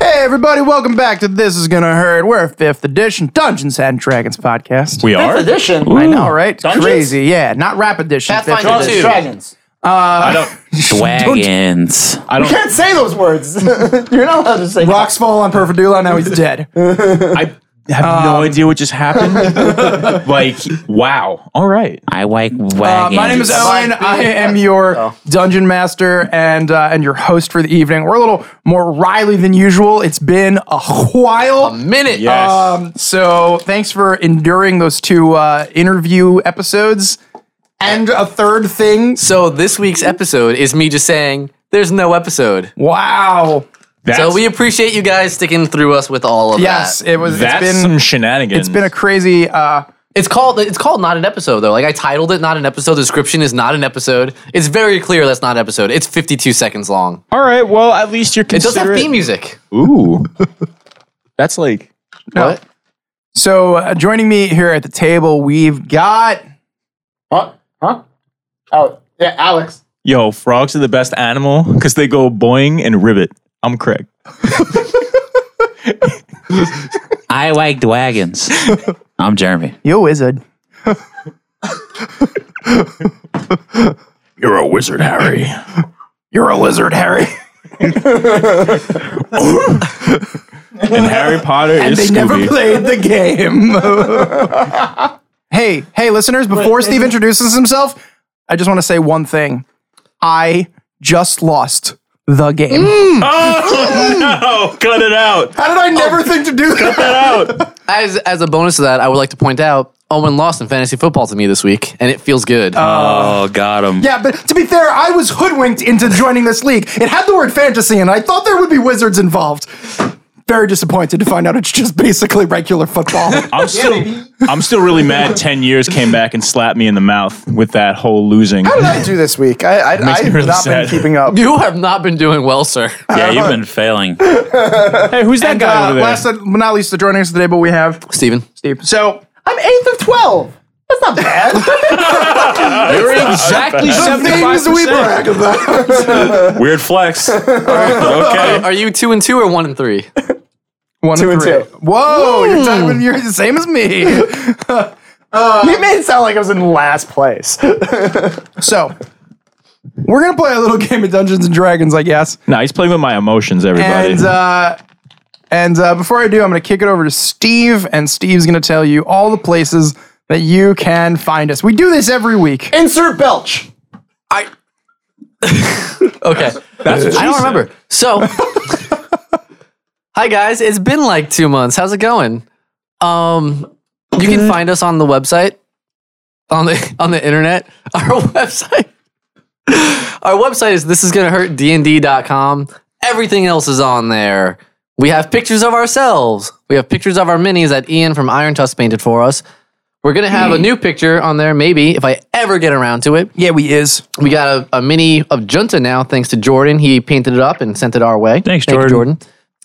everybody, welcome back to This Is Gonna Hurt. We're a fifth edition Dungeons and Dragons podcast. We are. Fifth edition. I know, right? Dungeons? Crazy, yeah. Not rap edition. fifth Pathfinder edition. Dungeons and Dragons. I don't. Dragons. I You don't. can't say those words. You're not allowed to say Rocks fall on Perfidula, now he's dead. I have no idea what just happened. like, wow. All right. I like wagons. Uh, my name is Owen. Might be. I am your Oh. dungeon master and uh, and your host for the evening. We're a little more Riley than usual. It's been a while. that. Minute. Yes. Um, so thanks for enduring those two uh, interview episodes and a third thing. So this week's episode is me just saying there's no episode. Wow. that's, So we appreciate you guys sticking through us with all of Yes, that. it was. It's that's been some shenanigans. it's been a crazy. Uh, It's called it's called not an episode though. Like I titled it not an episode. The description is not an episode. It's very clear that's not an episode. It's 52 seconds long. All right. Well, at least you're It does have considerate. theme music. Ooh. that's like. What? so uh, joining me here at the table, we've got Huh? Huh? Oh, yeah, Alex. Yo, frogs are the best animal because they go boing and ribbit. I'm Craig. I like wagons. I'm Jeremy. you wizard. You're a wizard, Harry. You're a lizard, Harry. and Harry Potter is they never Scooby. played the game. hey, hey, listeners, before Steve introduces himself, I just want to say one thing. I just lost the game. no, cut it out. How did I never think to do that? As as a bonus to that, I would like to point out Owen lost in fantasy football to me this week, and it feels good. Uh, Oh, got him. Yeah, but to be fair, I was hoodwinked into joining this league. It had the word fantasy, and I thought there would be wizards involved. Very disappointed to find out it's just basically regular football. I'm still, I'm still really mad. Ten years came back and slapped me in the mouth with that whole losing. I do this week. I, I, Makes me I've really not sad. been keeping up. you have not been doing well, sir. Yeah, you've been failing. Hey, who's that And, guy uh, over there? last but not least, the joining us today, but we have Steven. Steve. So I'm eighth of 12. That's not bad. You're exactly things uh, we brag about. Weird flex. okay. Are you two and two or one and three? One Two and three. two. Whoa, Hmm. you're timing. You're the same as me. you made it sound like I was in last place. so we're gonna play a little game of Dungeons and Dragons, I guess. Nah, he's playing with my emotions, everybody. And uh, and uh, before I do, I'm gonna kick it over to Steve, and Steve's gonna tell you all the places that you can find us. We do this every week. Insert belch. I Okay. I don't remember. So Hi guys, it's been like 2 months. How's it going? Um you can find us on the website on the on the internet. Our website Our website is this is going to hurt dnd.com. Everything else is on there. We have pictures of ourselves. We have pictures of our minis that Ian from Iron Tusk painted for us. We're going to have a new picture on there maybe if I ever get around to it. Yeah, we is. We got a, a mini of Junta now, thanks to Jordan. He painted it up and sent it our way. Thanks, Thank you, Jordan. Jordan.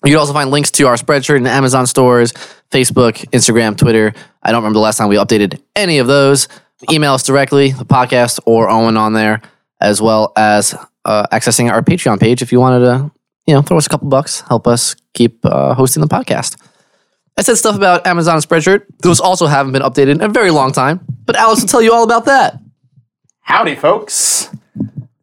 You can also find links to our spreadsheet in Amazon stores, Facebook, Instagram, Twitter. I don't remember the last time we updated any of those. Email us directly, the podcast or Owen on there, as well as uh, accessing our Patreon page if you wanted to, you know, throw us a couple bucks, help us keep uh, hosting the podcast. I said stuff about Amazon and Spreadshirt. Those also haven't been updated in a very long time, but Alice will tell you all about that. Howdy, folks.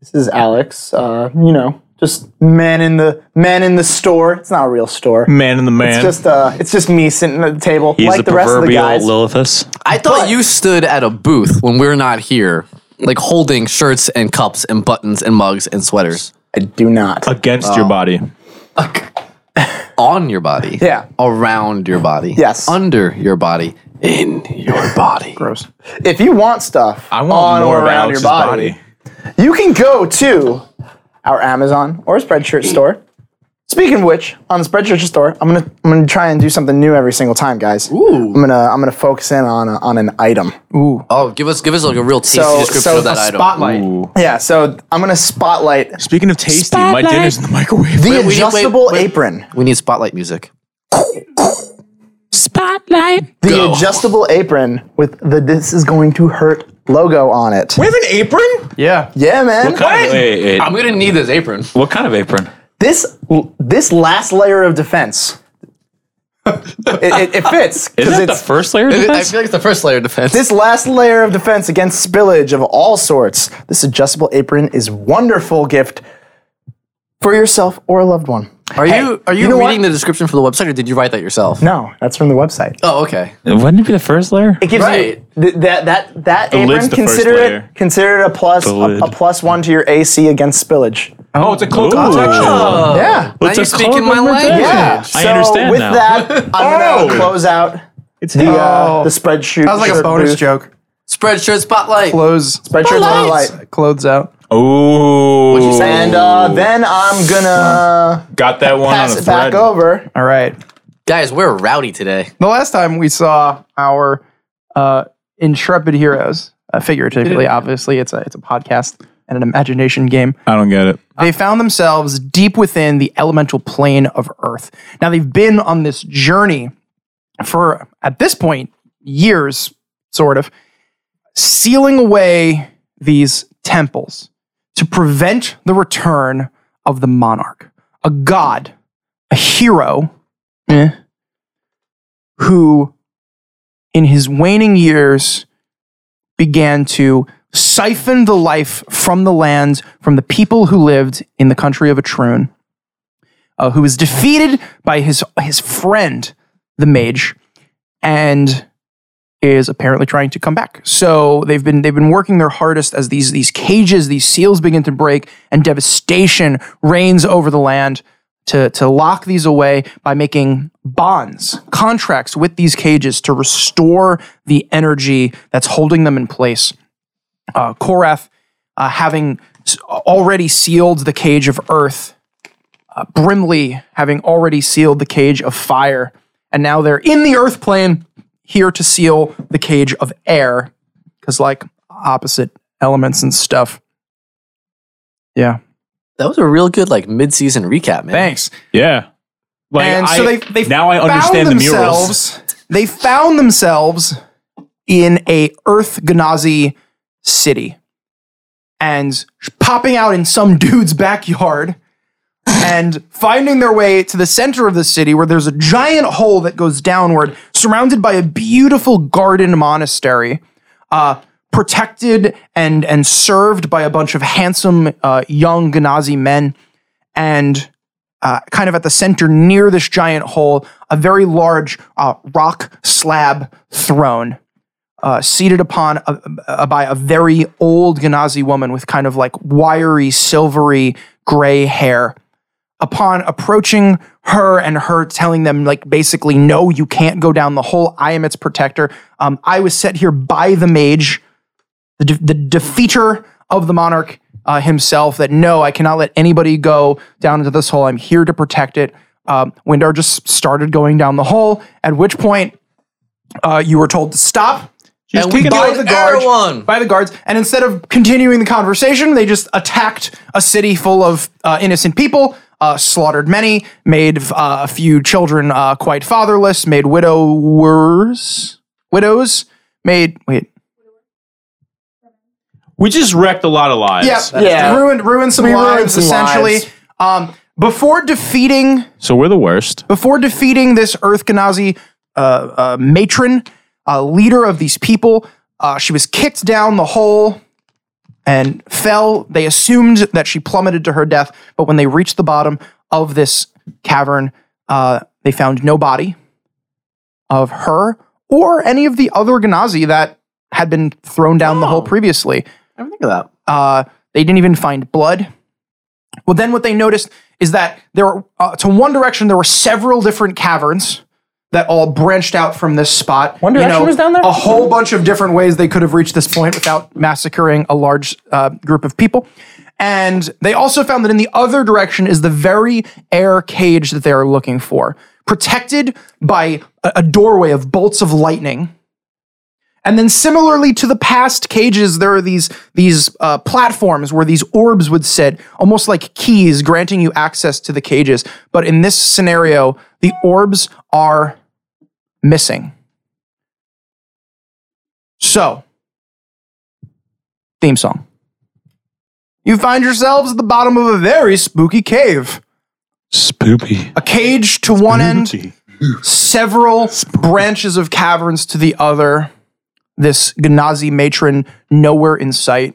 This is Alex. Uh, you know, just man in the man in the store. It's not a real store. man in the man. It's just uh, it's just me sitting at the table He's like the the rest of the proverbial guys. Lilithus. I thought you stood at a booth when we're not here, like holding shirts and cups and buttons and mugs and sweaters I do not. Against Oh. your body. on your body. Yeah. Around your body. Yes. Under your body. In your body. Gross. If you want stuff I on want more or of around Alex's your body, you can go to our Amazon or Spreadshirt store. Speaking of which, on the Spreadshirt store, I'm gonna I'm gonna try and do something new every single time, guys. Ooh. I'm gonna I'm gonna focus in on a, on an item. Oh, give us give us like a real tasty So description so of that a item. spotlight. Yeah. So I'm gonna spotlight Speaking of tasty, my dinner's in the microwave. the Wait, we need- wait, adjustable wait. apron. We need spotlight music. Spotlight. The adjustable apron with the "This is going to hurt" logo on it. have an apron? Yeah. Yeah, man. Wait, wait, wait. I'm gonna need this apron. What kind of apron? This this last layer of defense, it, it, it fits Is because that the it's first layer of I defense? feel like it's the first layer of defense. this last layer of defense against spillage of all sorts. This adjustable apron is wonderful gift for yourself or a loved one. are you are you, know reading what? the description for the website, or did you write that yourself? No, that's from the website. Oh, okay. Wouldn't it be the first layer? It gives Right. you th- that that that lid's apron. the Consider first layer. it consider it a plus a, The lid. a plus one to your AC against spillage. Oh, it's a cloak of Ooh. protection. Yeah. Now It's you're a cloak speaking my of protection. language. Yeah. I understand Ah, With now. that, I'm gonna Oh. close out It's the, Oh. uh, the spreadsheet. That was like a bonus joke. Spreadshirt spotlight. Clothes. Spreadshirt Lights. light. Clothes out. Ooh. you say? And uh, then I'm gonna Got that one pass on a it back thread. over. All right. Guys, we're rowdy today. The last time we saw our uh, intrepid heroes, uh, figuratively, obviously, it's a it's a podcast and an imagination game. I don't get it. They found themselves deep within the elemental plane of Earth. Now they've been on this journey for at this point years, sort of, sealing away these temples to prevent the return of the monarch, a god, a hero, eh, who in his waning years began to siphon the life from the land, from the people who lived in the country of Etrun, uh, who was defeated by his, his friend, the mage, and is apparently trying to come back. So they've been they've been working their hardest as these these cages, these seals begin to break, and devastation reigns over the land to, to lock these away by making bonds, contracts with these cages to restore the energy that's holding them in place. Uh, Korath, uh, having s- already sealed the cage of Earth, uh, Brimley having already sealed the cage of Fire, and now they're in the Earth plane here to seal the cage of Air, because like opposite elements and stuff. Yeah. That was a real good like mid-season recap, man. Thanks. Yeah. Like, and so I- they, they now I understand the murals. themselves- They found themselves in a Earth Gnazi city, and popping out in some dude's backyard, and finding their way to the center of the city, where there's a giant hole that goes downward, surrounded by a beautiful garden monastery. Uh, protected and and served by a bunch of handsome uh, young Gnazi men, and uh, kind of at the center near this giant hole, a very large uh, rock slab throne, uh, seated upon a, a- by a very old Ganazi woman with kind of like wiry, silvery gray hair. Upon approaching her and her telling them, like, basically, no, you can't go down the hole. I am its protector. Um, I was set here by the mage the, de- the defeater of the monarch uh, himself that no, I cannot let anybody go down into this hole. I'm here to protect it. Um, Windar just started going down the hole, at which point uh, you were told to stop And we kicking out killed the guard. everyone. by the guards. And instead of continuing the conversation, they just attacked a city full of uh, innocent people, uh, slaughtered many, made uh, a few children uh, quite fatherless, made widowers, widows, made, wait, We just wrecked a lot of lives. Yep. Yeah. Ruined ruined some We ruined lives some essentially. lives. Um, before defeating So we're the worst. before defeating this Earth Ganazi uh, uh, matron, uh, leader of these people, uh, she was kicked down the hole and fell. They assumed that she plummeted to her death, but when they reached the bottom of this cavern, uh, they found no body of her or any of the other Ganazi that had been thrown down the hole previously. Oh. I didn't think of that. Uh, they didn't even find blood. Well, then what they noticed is that there, were, uh, to one direction, there were several different caverns that all branched out from this spot. One direction was down there? A whole bunch of different ways they could have reached this point without massacring a large uh, group of people. And they also found that in the other direction is the very air cage that they are looking for, protected by a- a doorway of bolts of lightning. And then similarly to the past cages, there are these these uh, platforms where these orbs would sit, almost like keys, granting you access to the cages. But in this scenario, the orbs are missing. So, theme song. You find yourselves at the bottom of a very spooky cave. Poopy. a cage to one end, several branches of caverns to the other. This Gnazi matron nowhere in sight.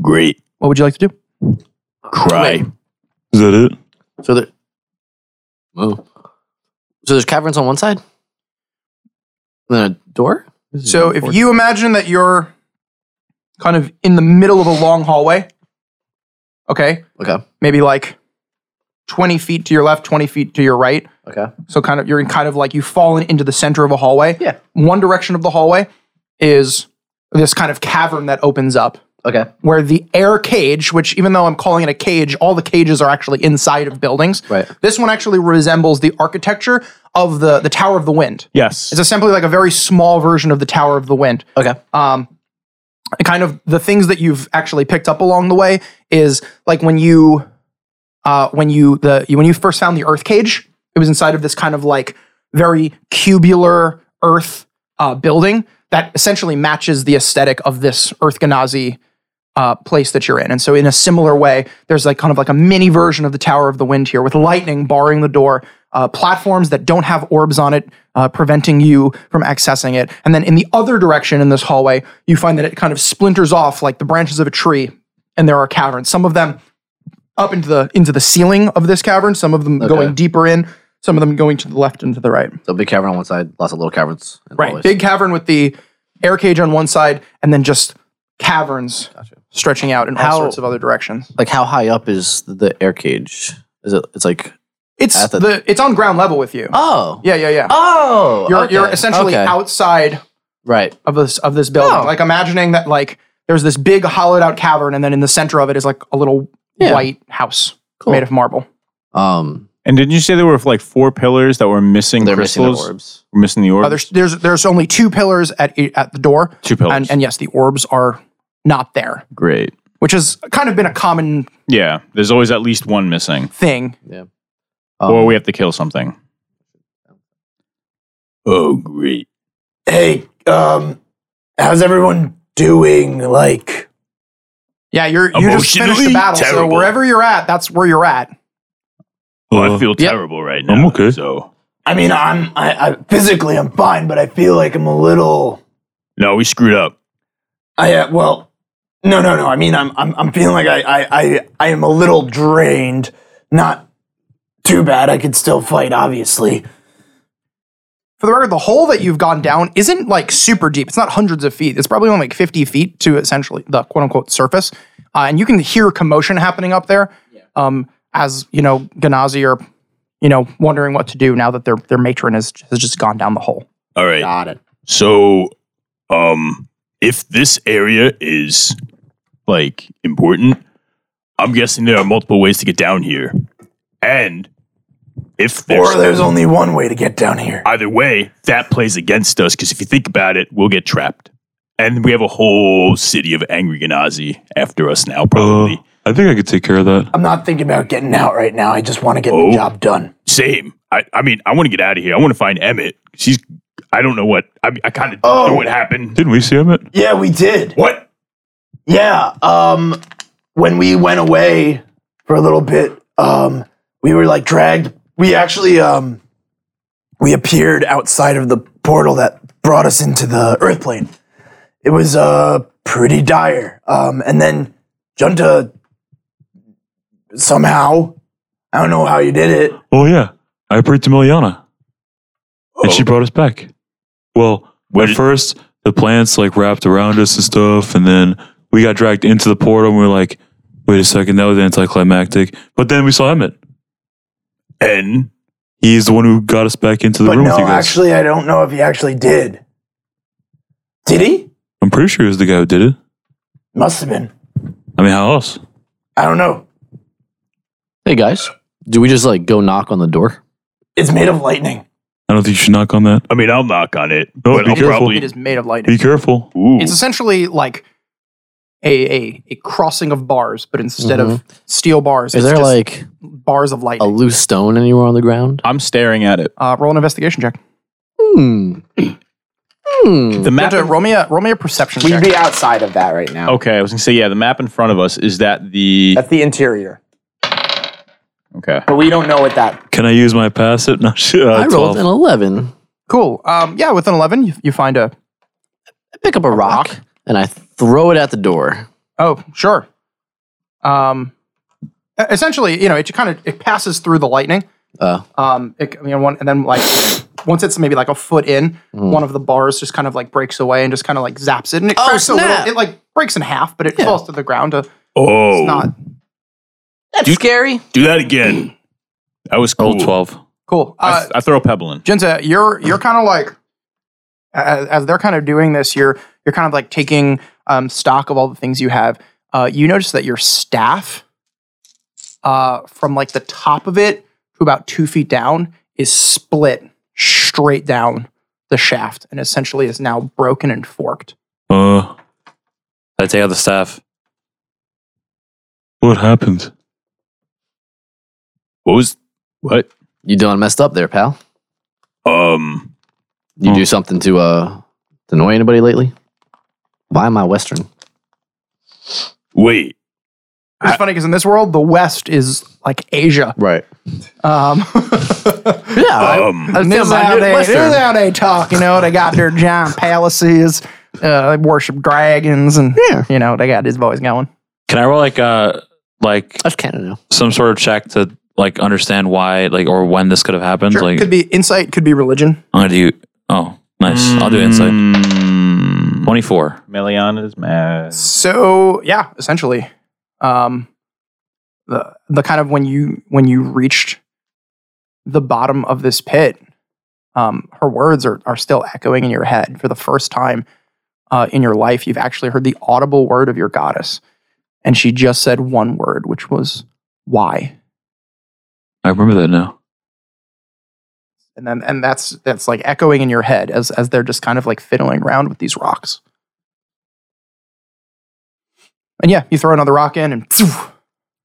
Great. What would you like to do? Cry. Is that it? So there. Whoa. So there's caverns on one side, and then a door. So if you imagine that you're kind of in the middle of a long hallway, okay, Okay. maybe like 20 feet to your left, 20 feet to your right. Okay. So kind of you're in kind of like you've fallen into the center of a hallway. Yeah. One direction of the hallway is this kind of cavern that opens up Okay. where the air cage, which even though I'm calling it a cage, all the cages are actually inside of buildings. Right. This one actually resembles the architecture of the the Tower of the Wind. Yes. It's essentially like a very small version of the Tower of the Wind. Okay. Um, kind of the things that you've actually picked up along the way is like when you, uh, when you the you- when you first found the Earth cage, it was inside of this kind of like very cubular Earth uh, building that essentially matches the aesthetic of this Earth Ganazi uh, place that you're in. And so, in a similar way, there's like kind of like a mini version of the Tower of the Wind here with lightning barring the door, uh, platforms that don't have orbs on it, uh, preventing you from accessing it. And then in the other direction in this hallway, you find that it kind of splinters off like the branches of a tree, and there are caverns. Some of them up into the into the ceiling of this cavern, some of them going deeper in, some of them going to the left and to the right. So big cavern on one side, lots of little caverns. in the hallways. Big cavern with the air cage on one side, and then just caverns stretching out in all How- sorts of other directions. Like how high up is the air cage? Is it? It's like It's At the- the, it's on ground level with you. oh yeah, yeah, yeah. oh. you're okay, you're essentially okay. Oh. outside Right. of this of this building. Like imagining that like there's this big hollowed out cavern, and then in the center of it is like a little Yeah. white house made of marble. Um, and didn't you say there were like four pillars that were missing they're missing the crystals? orbs. We're missing the Uh, orbs. there's there's there's only two pillars at at the door, Two pillars. and and yes, the orbs are not there, Great. which has kind of been a common Yeah. There's always at least one missing, thing. Um, or we have to kill something. Oh, great. Hey, um, how's everyone doing? Like, Yeah, you're you just finished the Emotionally battle, so terrible. wherever you're at, that's where you're at. Oh, I feel yep. terrible right now. I'm okay. So I mean, I'm I, I physically I'm fine, but I feel like I'm a little. no, we screwed up. I uh, well, no, no, no. I mean, I'm I'm, I'm feeling like I, I I I am a little drained. Not too bad. I could still fight, obviously. for the record, the hole that you've gone down isn't like super deep. It's not hundreds of feet. It's probably only like 50 feet to essentially the quote unquote surface. Uh, and you can hear commotion happening up there um, as, you know, Ganazi are, you know, wondering what to do now that their, their matron has, has just gone down the hole. All right. Got it. So, um, if this area is like important, I'm guessing there are multiple ways to get down here. And if Or there's there's only one way to get down here. either way, that plays against us because if you think about it, we'll get trapped. And we have a whole city of angry Ganazi after us now, probably. I think I could take care of that. I'm not thinking about getting out right now. I just want to get Oh. the job done. Same. I, I mean, I want to get out of here. I want to find Emmett. She's, I don't know what, I, mean, I kind of Oh. know what happened. Didn't we see him at? Yeah, we did. What? Yeah. Um, when we went away for a little bit, um, we were like dragged. We actually, um, we appeared outside of the portal that brought us into the Earth plane. It was uh pretty dire. Um, and then Junta somehow, I don't know how you did it. Oh yeah, I prayed to Miliana, and she brought us back. Well, What at did- first the plants like wrapped around us and stuff, and then we got dragged into the portal. and We were like, "Wait a second, that was anticlimactic." But then we saw Emmett. And He's the one who got us back into the But room no, with you guys. actually, I don't know if he actually did. Did he? I'm pretty sure he was the guy who did it. Must have been. I mean, how else? I don't know. Hey guys, do we just like go knock on the door? It's made of lightning. I don't think you should knock on that. I mean, I'll knock on it. No, but be I'll careful. probably. It is made of lightning. Be careful. Ooh. It's essentially like a, a, a crossing of bars, but instead of steel bars, Mm-hmm. Is it's there just like bars of a lightning. loose stone anywhere on the ground? I'm staring at it. uh, roll an investigation check. Hmm. Hmm. The map. Roll me a, roll me a perception check. be outside of that right now. okay, I was gonna say yeah. The map in front of us is that the the interior. Okay. But we don't know what that. Can I use my passive? No shit. Uh, I 12. rolled an 11. Cool. Um, yeah, with an 11, you, you find a. I pick up a rock, and I throw it at the door. Oh, sure. Um, e- essentially, you know, it kind of it passes through the lightning. Oh. Um, it, you know, one, and then like once it's maybe like a foot in, one of the bars just kind of like breaks away and just kind of like zaps it, and it Oh, cracks a little. snap. It like breaks in half, but it falls to the ground. Uh, Oh, It's not That's scary. do that again. That was cool. Old 12. cool. I, Uh, I throw a pebble in. Jinza, you're you're kind of like as, as they're kind of doing this, you're you're kind of like taking um, stock of all the things you have. Uh, you notice that your staff, uh, from like the top of it to about two feet down, is split straight down the shaft, and essentially is now broken and forked. Uh, I take out the staff. what happened? What was what? You done messed up there, pal. Um, You Hmm. do something to uh to annoy anybody lately? Why am I Western? wait. It's funny because in this world, the West is like Asia. Right. Um, Yeah. Um, And this is how they, this is how they talk, you know. They got their giant palaces. Uh, they worship dragons, and you know they got this voice going. Can I roll like uh like That's Canada. some sort of check to like understand why like or when this could have happened? Like could be insight, could be religion. I'm gonna do oh nice. Mm. I'll do insight. Mm, Twenty four. Meliana is mad. So yeah, essentially, um, the the kind of when you when you reached the bottom of this pit, um, her words are are still echoing in your head for the first time uh, in your life. You've actually heard the audible word of your goddess, and she just said one word, which was why. I remember that now. and then and that's that's like echoing in your head as as they're just kind of like fiddling around with these rocks. And yeah, you throw another rock in and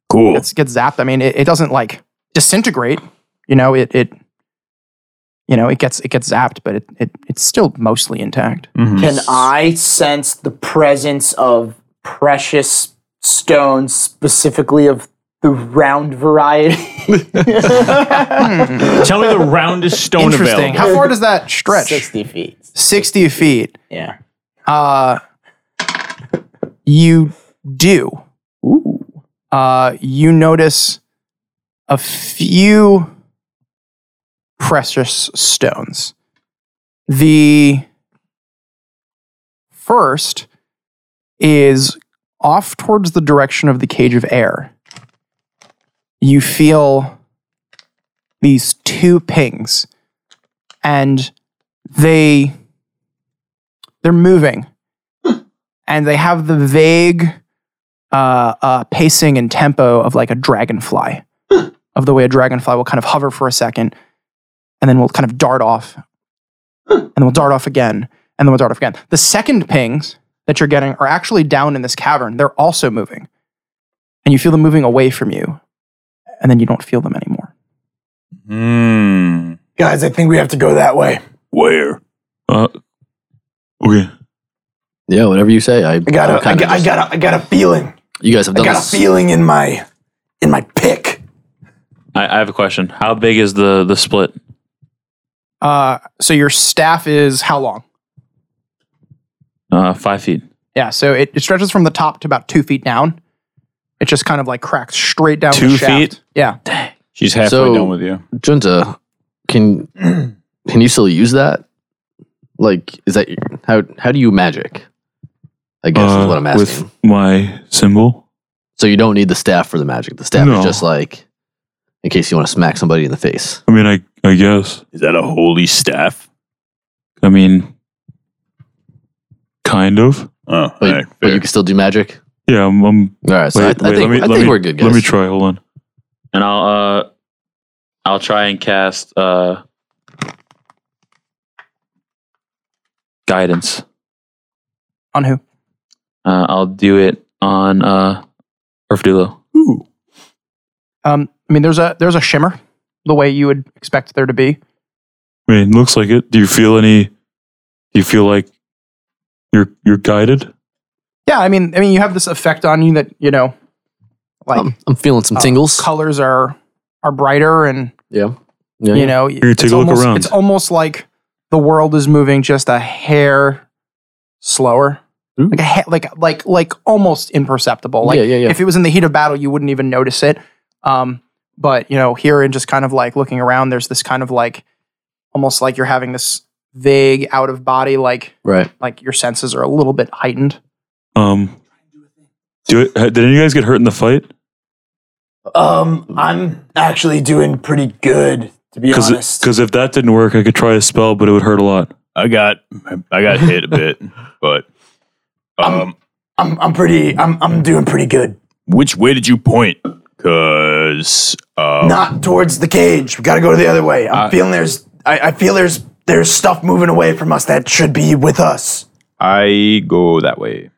cool. gets gets zapped. I mean, it, it doesn't like disintegrate. You know, it it you know it gets it gets zapped, but it, it it's still mostly intact. Mm-hmm. Can I sense the presence of precious stones, specifically of the round variety? Tell me the roundest stone Interesting. available. How far does that stretch? Sixty feet. Sixty feet. Yeah. Uh, you do. Uh, you notice a few precious stones. The first is off towards the direction of the cage of air. You feel these two pings, and they they're moving and they have the vague uh, uh, pacing and tempo of like a dragonfly of the way a dragonfly will kind of hover for a second and then will kind of dart off and then we'll dart off again and then we'll dart off again the second pings that you're getting are actually down in this cavern they're also moving and you feel them moving away from you and then you don't feel them anymore Hmm. Mm, Guys, I think we have to go that way. Where? Uh, okay. Yeah, whatever you say. I, I got I'm a, I kinda got, I just- got, a, I got a feeling. You guys have I done got a this. feeling in my, in my pick. I, I have a question. How big is the the split? uh, so your staff is how long Uh five feet. Yeah, so it, it stretches from the top to about two feet down. It just kind of like cracks straight down. Two the shaft. feet? Yeah. she's halfway So- done with you. Junta, can can you still use that? Like, is that how how do you magic? I guess is Uh, what I'm asking. With my symbol. so you don't need the staff for the magic. The staff No. is just like in case you want to smack somebody in the face. I mean, I I guess. Is that a holy staff? I mean, kind of. Oh, But, all right, but fair. you can still do magic. Yeah. I'm. I'm All right, so I, I wait, wait, think, let me, I let think me, we're good, guys. Let me try. Hold on. And I'll uh I'll try and cast uh guidance. On who? Uh, I'll do it on uh Orfdulo. Um, I mean, there's a there's a shimmer, the way you would expect there to be. I mean, looks like it. Do you feel any? Do you feel like you're you're guided? Yeah, I mean, I mean, you have this effect on you that you know, like I'm, I'm feeling some uh, tingles. colors are are brighter and Yeah. Yeah. you know take it's, a look almost, around. it's almost like the world is moving just a hair slower like a ha- like like like almost imperceptible like Yeah, yeah, yeah. if it was in the heat of battle you wouldn't even notice it um but you know here and just kind of like looking around there's this kind of like almost like you're having this vague out of body like right. like your senses are a little bit heightened Um, do it. Did any of you guys get hurt in the fight? Um, I'm actually doing pretty good, to be honest. Because if that didn't work, I could try a spell, but it would hurt a lot. I got I got hit a bit, but um, I'm, I'm pretty, I'm, I'm doing pretty good. which way did you point? Cause uh, Not towards the cage. We gotta go the other way. Uh, I'm feeling there's, I, I feel there's, there's stuff moving away from us that should be with us. I go that way.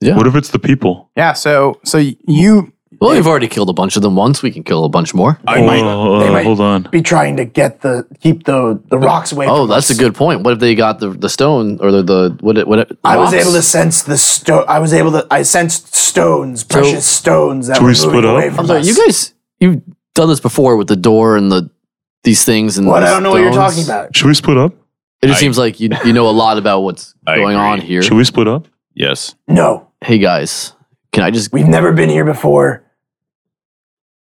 Yeah. What if it's the people? yeah so so you Well, we've already killed a bunch of them once. We can kill a bunch more. I oh, might uh, they might- hold on. Be trying to get the, keep the, the rocks away. Oh, from that's a us. good point. What if they got the, the stone or the, the what it, what it, I was rocks? able to sense the stone. I was able to. I sensed stones, precious stones that Do were we moving split up? away from I'm sorry, us. you guys you've done this before with the door and the these things and What? the I don't know what you're stones. talking about. Should we split up? It just I- seems like you you know a lot about what's I going agree. on here. Should we split up? yes. No, hey guys, can I just we've never been here before.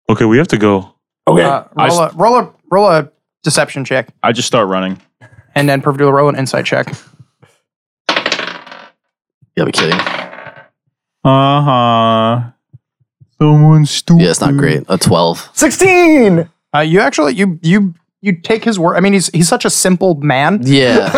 Okay, we have to go. Okay, uh, roll, a roll a roll a deception check I just start running. and then perfect roll an insight check Yeah, we kidding. Uh huh. Someone stupid. Yeah, it's Mm. not great. A 12. sixteen. Uh, you actually you you you take his word. I mean, he's he's such a simple man. Yeah.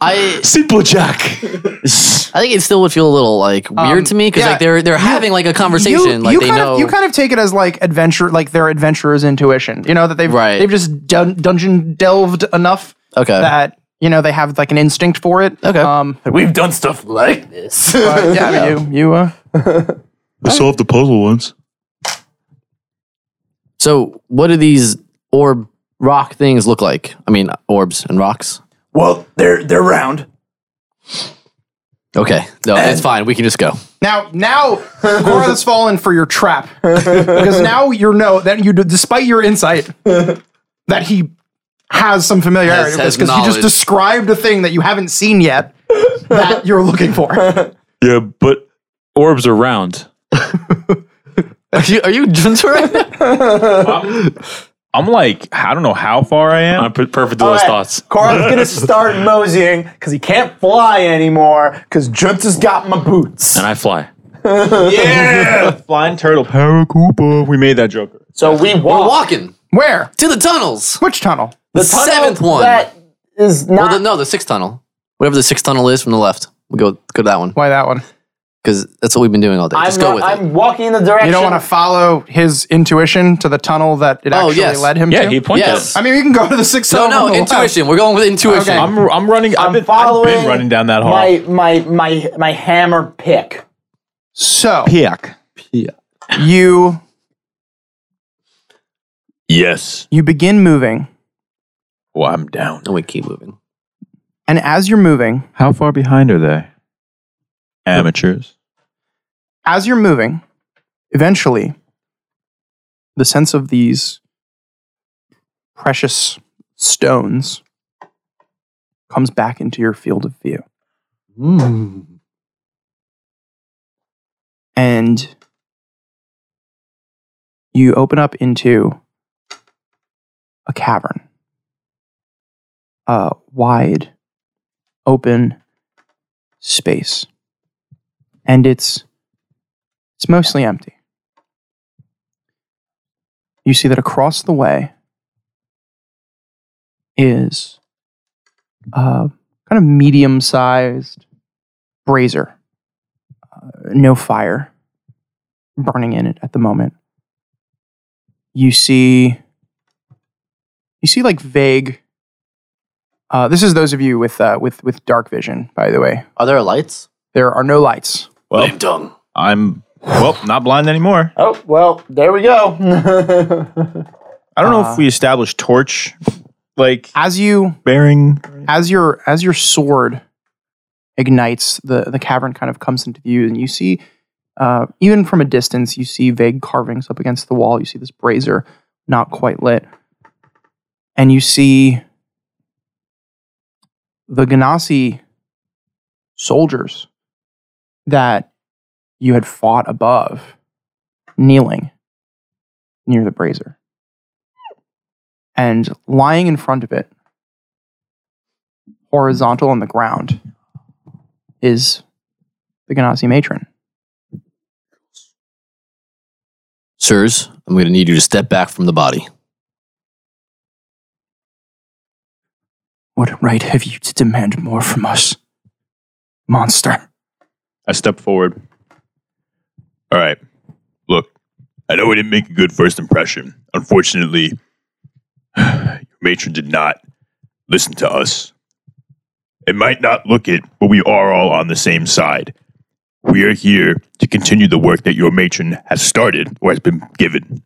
I Simple Jack. I think it still would feel a little like weird Um, to me because yeah. like they're they're having like a conversation You, like you they kind know of you kind of take it as like adventure, like their adventurer's intuition. You know that they've Right. they've just dun- dungeon delved enough okay that you know they have like an instinct for it. Okay. Um. We've done stuff like this. But yeah. I mean, you you uh, We solved the puzzle once. so what do these orb rock things look like I mean orbs and rocks well, they're they're round. okay no it's fine we can just go now now Gora has fallen for your trap because now you know that you despite your insight that he has some familiarity Has- with has because you just knowledge. described a thing that you haven't seen yet that you're looking for. Yeah, but orbs are round. are you are you junta right now? I'm like, I don't know how far I am. I'm per- perfect to those thoughts. Carl's gonna start moseying because he can't fly anymore because Junta's got my boots. And I fly. yeah, flying turtle, Paracupa. We made that joke. So we we're walk. walking Where? to the tunnels Which tunnel? the seventh one. That is well not. the, no the sixth tunnel whatever the sixth tunnel is from the left we go go to that one Why that one? because that's what we've been doing all day I'm, just go not- with it I'm walking in the direction. You don't want to follow his intuition to the tunnel that it Oh, actually yes. led him Yeah, to. he pointed Yes. I mean, we can go to the sixth no tunnel. no on the left. intuition we're going with intuition Okay. I'm, I'm running. I've I'm been, I've following been running down that hall. my my my my hammer pick. So pick. you Yes. you begin moving, Well, I'm down. and we Oh, keep moving and as you're moving, How far behind are they? Amateurs. as you're moving, eventually, the sense of these precious stones comes back into your field of view. And you open up into a cavern, a wide, open space. And it's it's mostly empty. You see that across the way is a kind of medium sized brazier. Uh, no fire burning in it at the moment. You see, you see like vague. Uh, this is those of you with, uh, with, with dark vision, by the way. are there lights There are no lights. Well, I'm dumb. I'm well not blind anymore. Oh well, there we go. I don't know Uh, if we established torch like As you bearing. as your as your sword ignites the the cavern kind of comes into view and you see Uh, even from a distance, you see vague carvings up against the wall. You see this brazier not quite lit. And you see the Ganassi soldiers that you had fought above kneeling near the brazier. And lying in front of it, horizontal on the ground, is the Ganassi matron. Sirs, I'm going to need you to step back from the body. What right have you to demand more from us, monster? I step forward. All right. Look, I know we didn't make a good first impression. Unfortunately, your matron did not listen to us. It might not look it, but we are all on the same side. We are here to continue the work that your matron has started or has been given.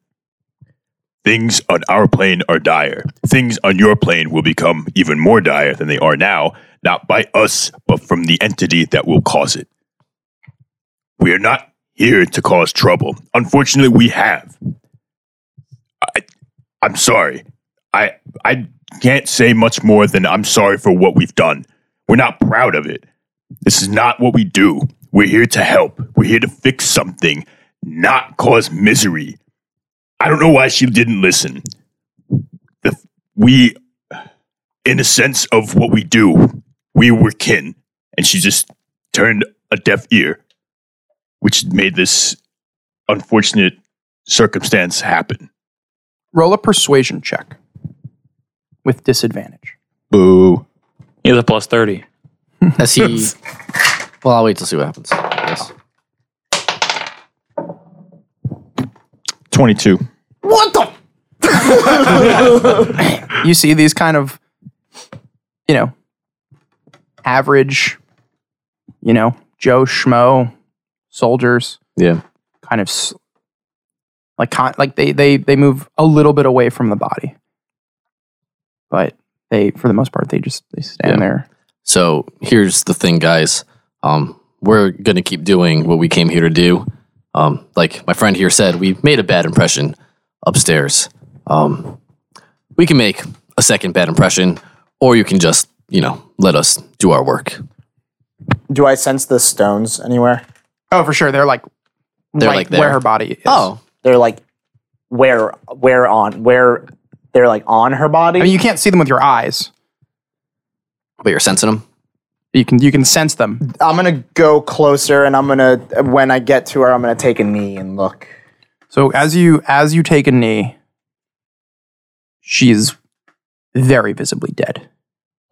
Things on our plane are dire. Things on your plane will become even more dire than they are now, not by us, but from the entity that will cause it. We are not here to cause trouble. Unfortunately, we have. I, I'm sorry. I I can't say much more than I'm sorry for what we've done. We're not proud of it. This is not what we do. We're here to help. We're here to fix something, not cause misery. I don't know why she didn't listen. The, we, in a sense of what we do, we were kin, and she just turned a deaf ear which made this unfortunate circumstance happen. Roll a persuasion check with disadvantage. Boo. He has a plus 30. As he Well, I'll wait to see what happens. Yes. 22. You see these kind of, you know, average, you know, Joe Schmo soldiers Yeah. kind of s- like con- like they they they move a little bit away from the body, but they for the most part they just they stand Yeah. there. So here's the thing, guys. Um, we're going to keep doing what we came here to do. Um, like my friend here said, we made a bad impression upstairs. Um, we can make a second bad impression, or you can just, you know, let us do our work. Do I sense the stones anywhere? Oh, for sure, they're like They're, right like, there. where her body is. Oh, They're like where where on where they're like on her body. I mean, you can't see them with your eyes. but you're sensing them? but You can you can sense them. I'm gonna go closer, and I'm gonna when I get to her, I'm gonna take a knee and look. So as you as you take a knee, she's very visibly dead.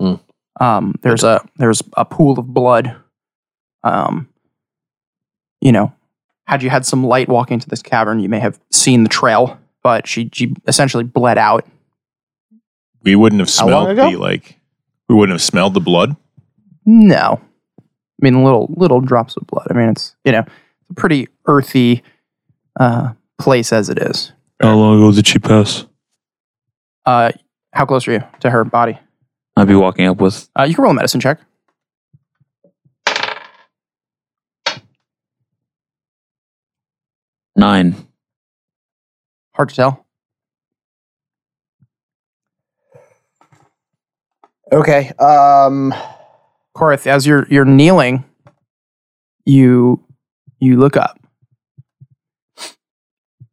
Mm. Um, there's a there's a pool of blood. Um, you know, had you had some light walking into this cavern, you may have seen the trail. But she she essentially bled out. We wouldn't have How long smelled ago? the like. We wouldn't have smelled the blood. No, I mean little little drops of blood. I mean it's you know a pretty earthy uh, place as it is. How long ago did she pass? Uh, how close are you to her body? I'd be walking up with. Uh, you can roll a medicine check. Nine. Hard to tell. Okay. Um. Korath, as you're you're kneeling, you you look up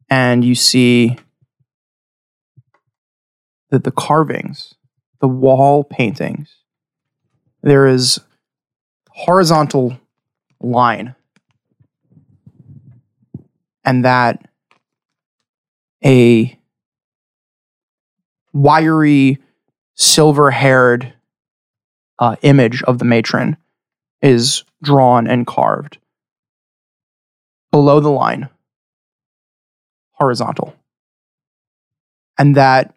and you see that the carvings, the wall paintings, there is horizontal line, and that a wiry, silver-haired uh, image of the matron is drawn and carved below the line, horizontal. And that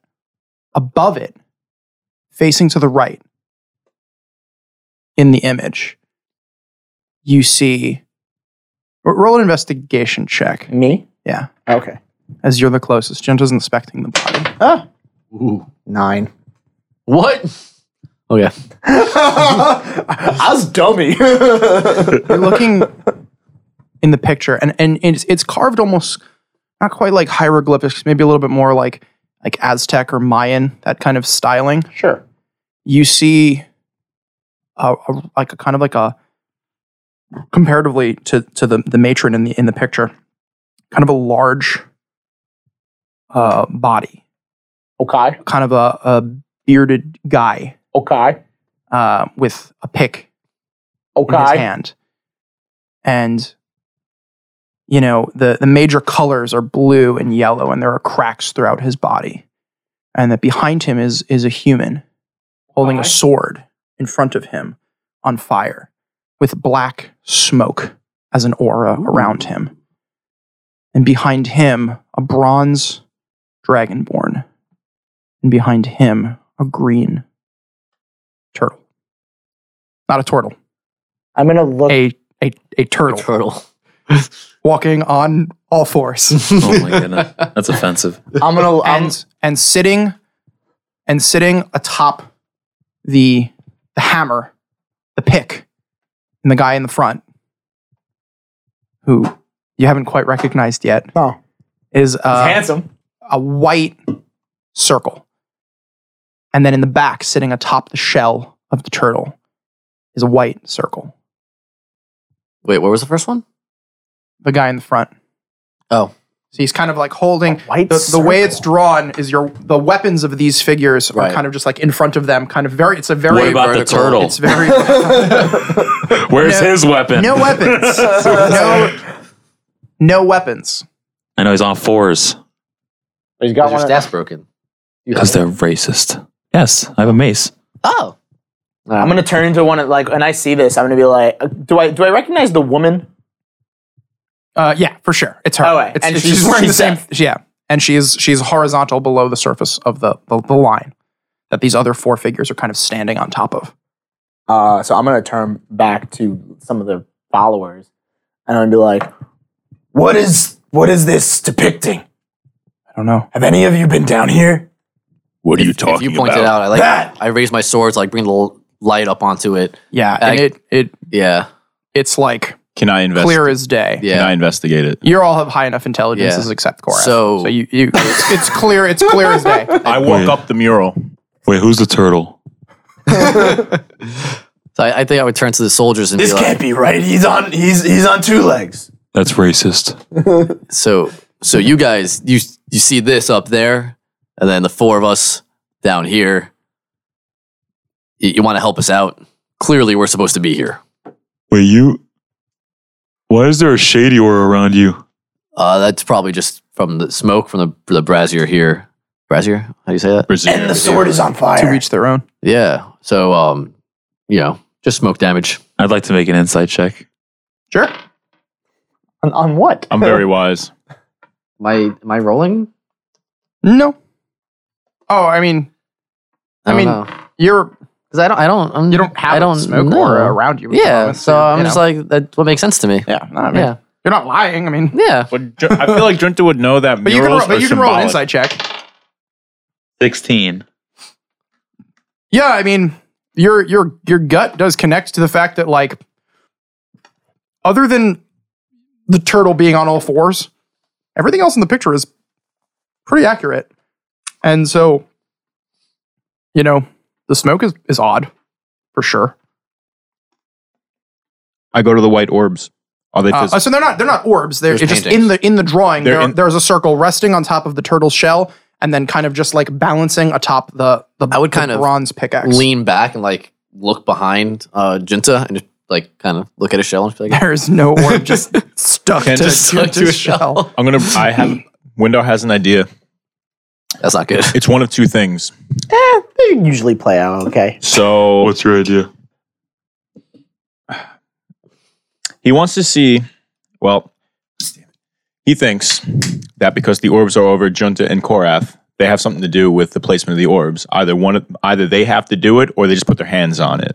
above it, facing to the right in the image, you see. r- Roll an investigation check. Me? Yeah, Okay. as you're the closest. Jenta's inspecting the body. Ah. Nine. What? Oh, yeah. I was dummy. You're looking in the picture, and and it's, it's carved almost not quite like hieroglyphics, maybe a little bit more like like Aztec or Mayan that kind of styling. Sure. You see, a, a- like a kind of like a comparatively to to the the matron in the in the picture, kind of a large uh, body, Okay. kind of a, a bearded guy Okay. uh, with a pick in his Okay. hand. And you know, the the major colors are blue and yellow and there are cracks throughout his body. And that behind him is is a human holding a Okay. sword in front of him on fire with black smoke as an aura around him. And behind him a bronze dragonborn. And behind him a green turtle. Not a turtle I'm gonna look. a a, a turtle Turtle. walking on all fours Oh my goodness, that's offensive. I'm gonna. I'm, and and sitting and sitting atop the the hammer, the pick, and the guy in the front, who you haven't quite recognized yet, no. is uh, handsome. a white circle. And then in the back, sitting atop the shell of the turtle, is a white circle. Wait, what was the first one? The guy in the front. Oh. So he's kind of like holding White. the, the way it's drawn is your the weapons of these figures are Right. kind of just like in front of them kind of very it's a very What about the vertical. turtle? it's very Where's no- his weapon? no weapons no no weapons I know he's on fours He's got Is your one. staff's broken? You because have- they're racist. Yes, I have a mace. oh, I'm gonna turn into one of like, and I see this. I'm gonna be like, uh, do I do I recognize the woman? uh yeah for sure it's her Oh, right. it's, And she's, she's- wearing she's the same deaf. yeah and she is she's horizontal below the surface of the, the the line that these other four figures are kind of standing on top of Uh, so I'm gonna turn back to some of the followers, and I'm gonna be like, what is what is this depicting? I don't know Have any of you been down here? What are you if talking you point it about? out, I like. That! I raise my swords, like bring the l- light up onto it. yeah and I- it it Yeah, it's like Can I invest? clear as day yeah. Can I investigate it? you all have high enough intelligences Yeah. except Korath. So- so you, you it's, it's clear it's clear as day I woke Wait. up the mural. Wait, who's the turtle? So I, I think I would turn to the soldiers and This be like, can't be right. He's on he's he's on two legs. That's racist. "So, so you guys, you you see this up there, and then the four of us down here. You, you want to help us out? Clearly, we're supposed to be here. Wait, you. Why is there a shady aura around you? Uh, that's probably just from the smoke from the the brazier here. Brazier? How do you say that? Brazil. And the sword is on to fire. each their own. Yeah. So, um, you know, just smoke damage. I'd like to make an insight check. Sure. On, on what? I'm very wise. Am I am I rolling? No. Oh, I mean, I I, mean, mean, you're because I don't, I don't, I'm, you don't have I don't smoke know. aura around you. Yeah. Thomas, So you- I'm you just know. like that. What makes sense to me? yeah, no, I mean, Yeah. you're not lying. I mean, Yeah. But Dr- I feel like Junta would know that but you can murals roll, but are you can roll an symbolic. insight check. Sixteen. Yeah, I mean, your your your gut does connect to the fact that like, other than the turtle being on all fours, everything else in the picture is pretty accurate, and so you know the smoke is is odd for sure. I go to the white orbs. Are they Uh, physical? so they're not they're not orbs. They're There's it's just paintings. in the in the drawing. They're There, in- there's a circle resting on top of the turtle's shell, and then kind of just like balancing atop the the, I would the kind of bronze pickaxe. Lean back and like look behind uh Junta and just like kind of look at his shell and just be like, There's no orb just stuck to, Can't just stuck to a shell. I'm gonna. I have. Window has an idea. that's not good. It's one of two things. Eh, they usually play out okay. So What's your idea? He wants to see, well, he thinks that because the orbs are over Junta and Korath, they have something to do with the placement of the orbs. Either one, of- either they have to do it, or they just put their hands on it.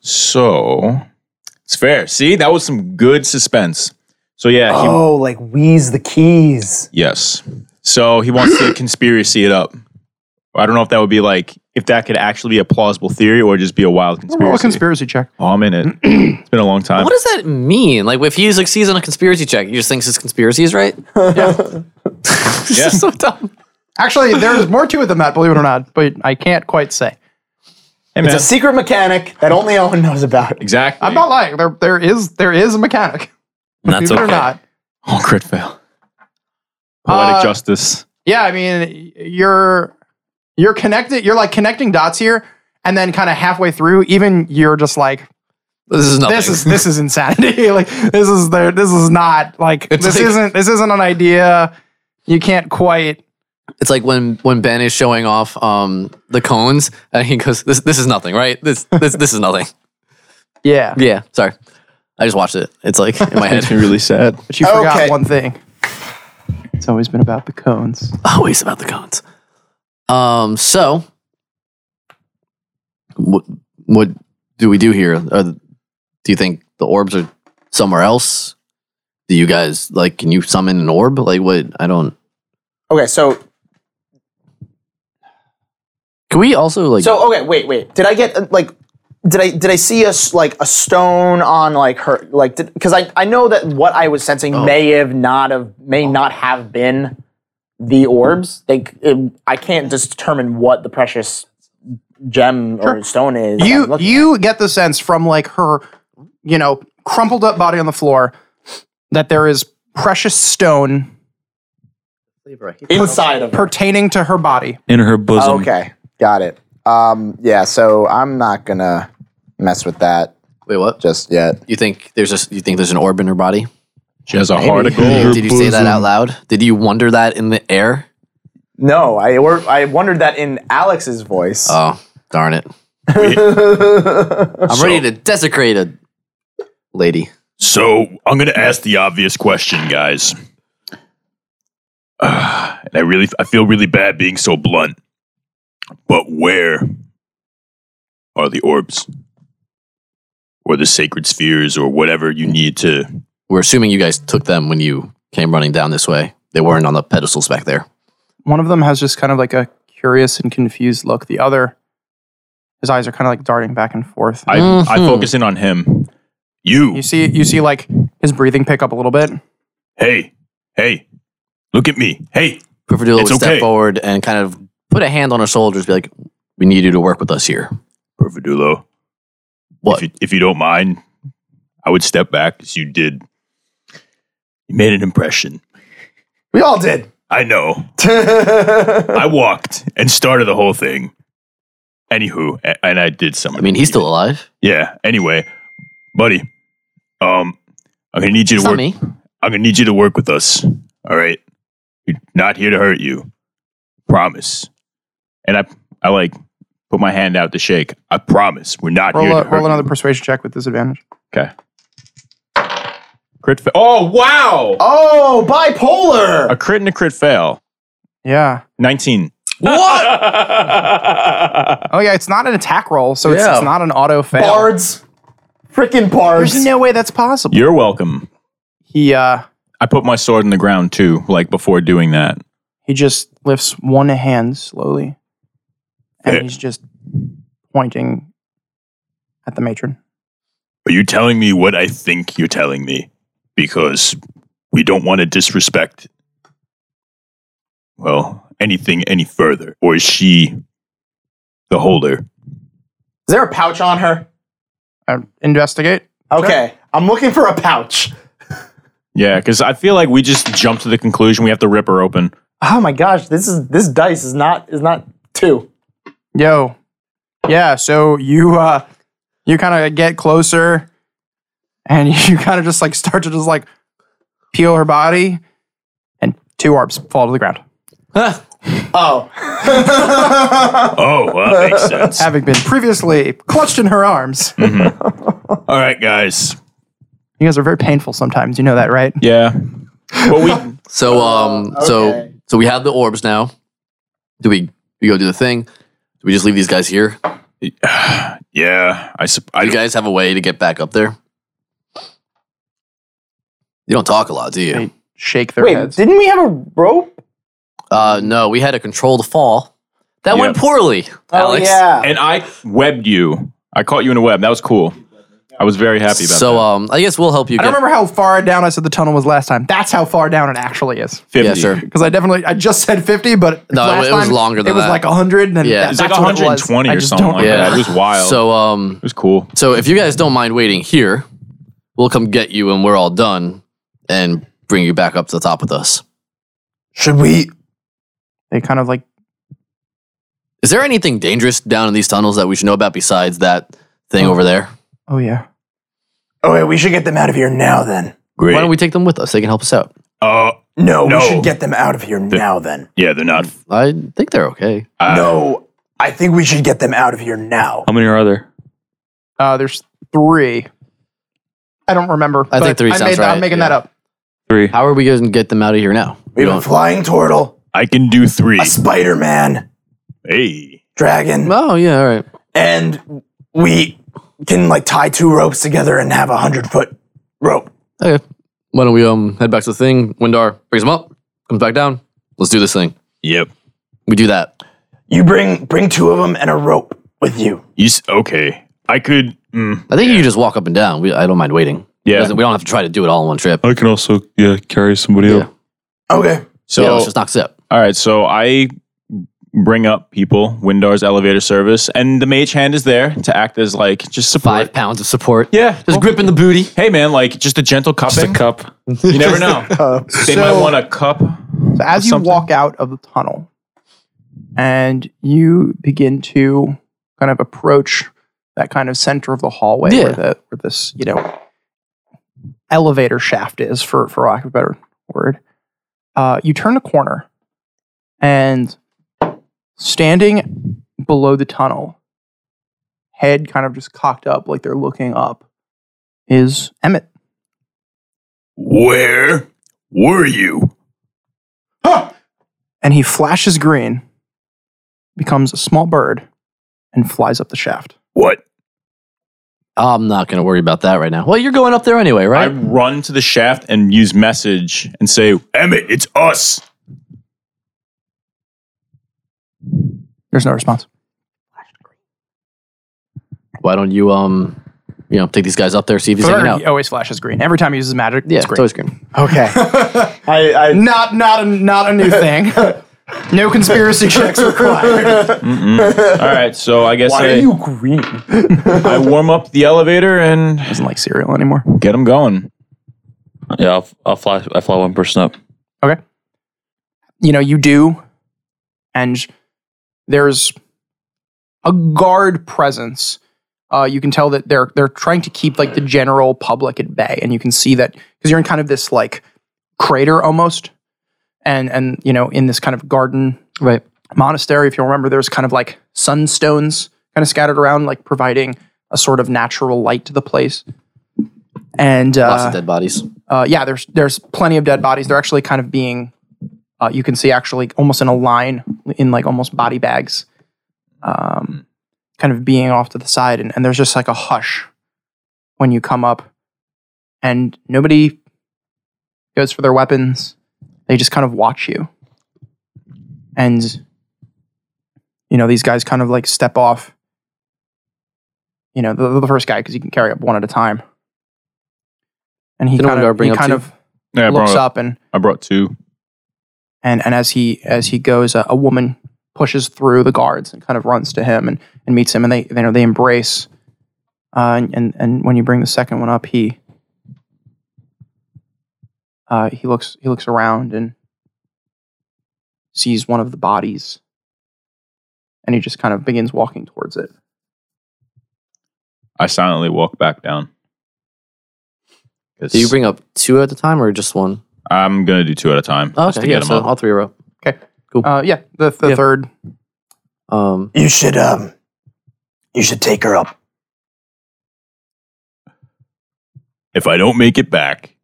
So it's fair. See, that was some good suspense. So yeah, he, Oh, like wheeze the keys. yes. So he wants to conspiracy it up. I don't know if that would be like if that could actually be a plausible theory or just be a wild Roll a conspiracy. conspiracy check. oh, I'm in it. it's been a long time. What does that mean? Like, if he like sees on a conspiracy check, he just thinks his conspiracy is right. Yeah, this Yeah. is so dumb. Actually, there's more to it than that, believe it or not, but I can't quite say. Hey, man. It's a secret mechanic that only Owen knows about. exactly. I'm not lying. There, there is there is a mechanic. That's believe it or okay. not. oh, crit fail. Poetic Uh, justice. yeah i mean you're you're connected you're like connecting dots here and then kind of halfway through even you're just like This is nothing. this is this is insanity like this is the this is not like It's this like- isn't this isn't an idea you can't quite It's like when when Ben is showing off um the cones and he goes, "This this is nothing, right? This this this is nothing." yeah Yeah, sorry. I just watched it. It's like in my head. Makes me really sad. but you forgot Okay. one thing it's always been about the cones Always about the cones. Um. So, what what do we do here? Are the, do you think the orbs are somewhere else? Do you guys like? Can you summon an orb? Like what? I don't. Okay, so Can we also like? so okay, wait, wait. Did I get uh, like did I did I see us like a stone on like her like because I I know that what I was sensing may have not have may not have been the orbs. They c- it, I can't just determine what the precious gem or stone is. I'm you looking- you get the sense from like her you know crumpled up body on the floor that there is precious stone inside of Um, her. pertaining to her body in her bosom. Okay, got it. Um, yeah. So I'm not gonna mess with that wait, what? just yet. You think there's a? You think there's an orb in her body? She has a heart of gold. Did you say that out loud? Did you wonder that in the air? No, I or, I wondered that in Alex's voice. Oh, darn it! I'm ready to desecrate a lady. So I'm gonna ask the obvious question, guys. Uh, and I really, I feel really bad being so blunt. But where are the orbs, or the sacred spheres, or whatever you need to? We're assuming you guys took them when you came running down this way. They weren't on the pedestals back there. one of them has just kind of like a curious and confused look. The other, his eyes are kind of like darting back and forth. I I Mhm. focus in on him. You, you see, you see, like his breathing pick up a little bit. hey, hey, look at me, hey. Perfidula would It's step okay. forward and kind of put a hand on her shoulders, be like, "We need you to work with us here." Perfidulo. What? If you, if you don't mind, I would step back because you did. You made an impression. we all did. I know. I walked and started the whole thing. Anywho, a- and I did some. I mean, he's still alive. Yeah. Anyway, buddy, um, I'm gonna need you It's to not work. me. I'm gonna need you to work with us. All right. We're not here to hurt you. Promise. And I, I like put my hand out to shake. I promise. We're not Roll, here a, to hurt roll another you. persuasion check with disadvantage. Okay. Crit. Fa- oh wow! Oh, bipolar. A crit and a crit fail. Yeah. Nineteen. Oh yeah, it's not an attack roll, so it's, it's not an auto fail. Bards. Freaking bards. There's no way that's possible. You're welcome. He uh I put my sword in the ground too, like before doing that. he just lifts one hand slowly, Eh. and he's just pointing at the matron. Are you telling me what I think you're telling me? Because we don't want to disrespect, well, anything any further. Or is she the holder? Is there a pouch on her? Uh, investigate. Okay, I'm looking for a pouch. Yeah, because I feel like we just jumped to the conclusion we have to rip her open. Oh my gosh, this is this dice is not is not two. Yo. Yeah, so you uh you kind of get closer and you kind of just like start to just like peel her body and two orbs fall to the ground. Oh, Oh, well, that makes sense. Having been previously clutched in her arms. you All right, guys. guys are very painful sometimes, you know that, right? Yeah. But we, So, um, so, Oh, okay. so we have the orbs now. Do we? We go do the thing. Do we just leave these guys here? yeah, I, sup- I You guys have a way to get back up there. You don't talk a lot, do you? They shake their wait, heads. didn't we have a rope? Uh, no, we had a controlled fall That went Yep. poorly, Alex. Oh, yeah. And I webbed you. I caught you in a web. That was cool. I was very happy about So that. um, I guess we'll help I you get. don't remember how far down I said the tunnel was last time. That's how far down it actually is. 50. yeah, sure. Because I definitely, I just said 50, but No, it- last it was time, longer than It was that. like 100, and Yeah. yeah. It was It's like 120 or something like Yeah. that. It was wild. So, So um, it was cool. so if you guys don't mind waiting here, we'll come get you when we're all done and bring you back up to the top with us. Should we? They kind of like, Is there anything dangerous down in these tunnels that we should know about besides that thing over there? oh yeah. Oh wait, we should get them out of here now. Then. Great. Why don't we take them with us? They can help us out. Uh, No, No. we should get them out of here now. Then. yeah, they're not. I think they're okay. Uh, no, I think we should get them out of here now. How many are there? Uh, there's three. I don't remember. I think but three I sounds made- right, I'm making yeah. that up. Three. How are we going to get them out of here now? We We have a don't. flying turtle, I can do three. a Spider Man, Hey. dragon, Oh yeah, all right. and we can like tie two ropes together and have a hundred foot rope. Okay. Why don't we um head back to the thing? Windar brings them up, comes back down. Let's do this thing. Yep. We do that. You bring bring two of them and a rope with you. You s- okay. I could. Mm, I think you can just walk up and down. We, I don't mind waiting. yeah. Doesn't- We don't have to try to do it all in one trip. I can also yeah carry somebody Yeah. up. Okay. So, yeah, let's just knock this out. all right. So I bring up people, Windar's elevator service, and the mage hand is there to act as like just support. Five pounds of support. Yeah. Just gripping the booty. hey, man, like just a gentle cupping. cup. You never know. they might so- want a cup. So as you something. walk out of the tunnel and you begin to kind of approach that kind of center of the hallway Yeah. where, the, where this, you know, elevator shaft is, for, for lack of a better word, uh, you turn the corner and standing below the tunnel, head kind of just cocked up like they're looking up, is Emmett. Where were you? and he flashes green, becomes a small bird, and flies up the shaft. What? I'm not going to worry about that right now. Well, you're going up there anyway, I right? run to the shaft and use message and say, Emmett, it's us. There's no response. Why don't you um, you know, take these guys up there, see if he's hanging Bird out. he always flashes green. Every time he uses magic, Yeah, it's it's green. always green. Okay. I, I not not a not a new thing. no conspiracy checks required. All right. So I guess I, green? I warm up the elevator and Doesn't like cereal anymore. get them going. Yeah, I'll, I'll fly. I fly one person up. Okay. You know, you do, and there's a guard presence. Uh, you can tell that they're they're trying to keep like the general public at bay, and you can see that because you're in kind of this like crater almost, and and you know in this kind of garden Right. monastery. If you remember, there's kind of like sunstones kind of scattered around, like providing a sort of natural light to the place. And uh, Lots of dead bodies. uh, yeah, there's there's plenty of dead bodies. They're actually kind of being, uh, you can see actually almost in a line in like almost body bags, um, kind of being off to the side, and, and there's just like a hush when you come up, and nobody goes for their weapons. They just kind of watch you, and you know these guys kind of like step off. You know the, the first guy because you can carry up one at a time, and he Didn't kind Windar of bring he up kind two? of Yeah, I looks brought, up and I brought two. and and as he as he goes, a, a woman pushes through the guards and kind of runs to him and, and meets him, and they you know they embrace. Uh, and, and and when you bring the second one up, he uh, he looks he looks around and sees one of the bodies, and he just kind of begins walking towards it. I silently walk back down. 'Cause Do you bring up two at a time or just one? I'm gonna do two at a time. Oh, just okay, to yeah, get 'em so up. all three are up. Uh, yeah, the, the Yeah. third. Um, You should um, you should take her up. If I don't make it back,